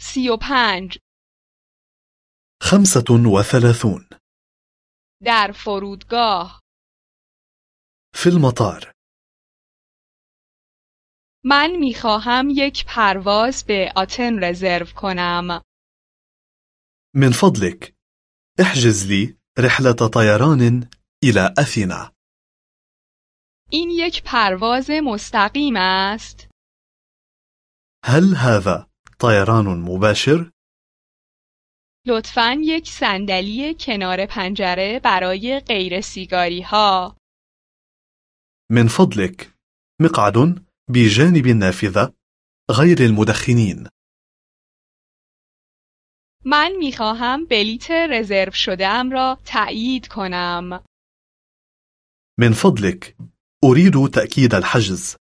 سی و پنج خمسة وثلاثون در فرودگاه في المطار من میخواهم یک پرواز به آتن رزرو کنم. من فضلك احجز لي رحلة طيران إلى أثينا این یک پرواز مستقیم است. هل هذا طيران مباشر؟ لطفا یک صندلی کنار پنجره برای غیر سیگاری ها. من فضلك مقعد بجانب النافذة غير المدخنين من میخواهم بلیت رزرو شده ام را تأیید کنم. من فضلك أريد تأكيد الحجز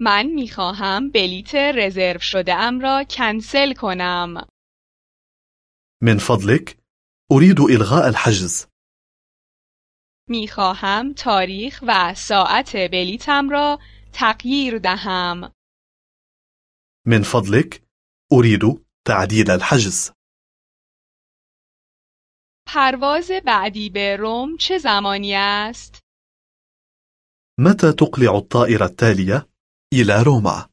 من میخواهم بلیت رزرو شده ام را کنسل کنم. من فضلك أريد إلغاء الحجز میخواهم تاریخ و ساعت بلیتم را تغییر دهم. من فضلك أريد تعديل الحجز پرواز بعدی به روم چه زمانی است؟ متى تقلع الطائرة التالية إلى روما؟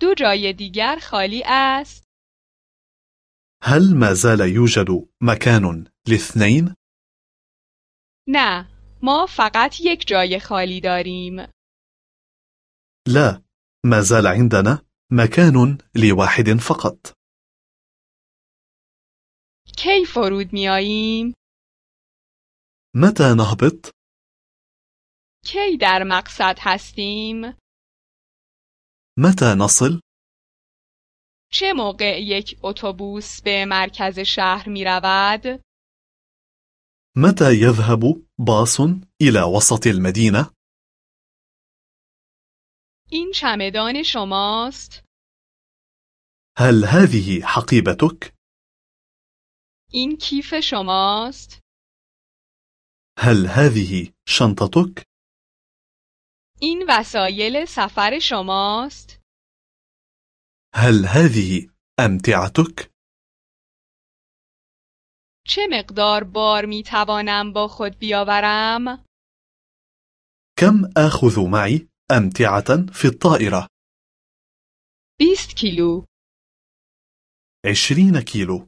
دو جای دیگر خالی است. هل ما زال يوجد مكان لاثنين؟ نه، ما فقط یک جای خالی داریم. لا، ما زال عندنا مكان لواحد فقط کی فرود میاییم؟ متى نهبط؟ کی در مقصد هستیم؟ متى نصل؟ چه موقع یک اتوبوس به مرکز شهر می رود؟ متى يذهب باص إلى وسط المدينة؟ این چمدان شماست؟ هل هذه حقيبتك؟ این کیف شماست؟ هل هذه شنطتك؟ این وسایل سفر شماست؟ هل هذه أمتعتك؟ چه مقدار بار می توانم با خود بیاورم؟ كم آخذ معي أمتعة في الطائرة؟ 20 کیلو. 20 كيلو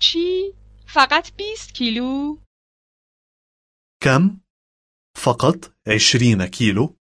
چی؟ فقط 20 کیلو؟ كم؟ فقط 20 كيلو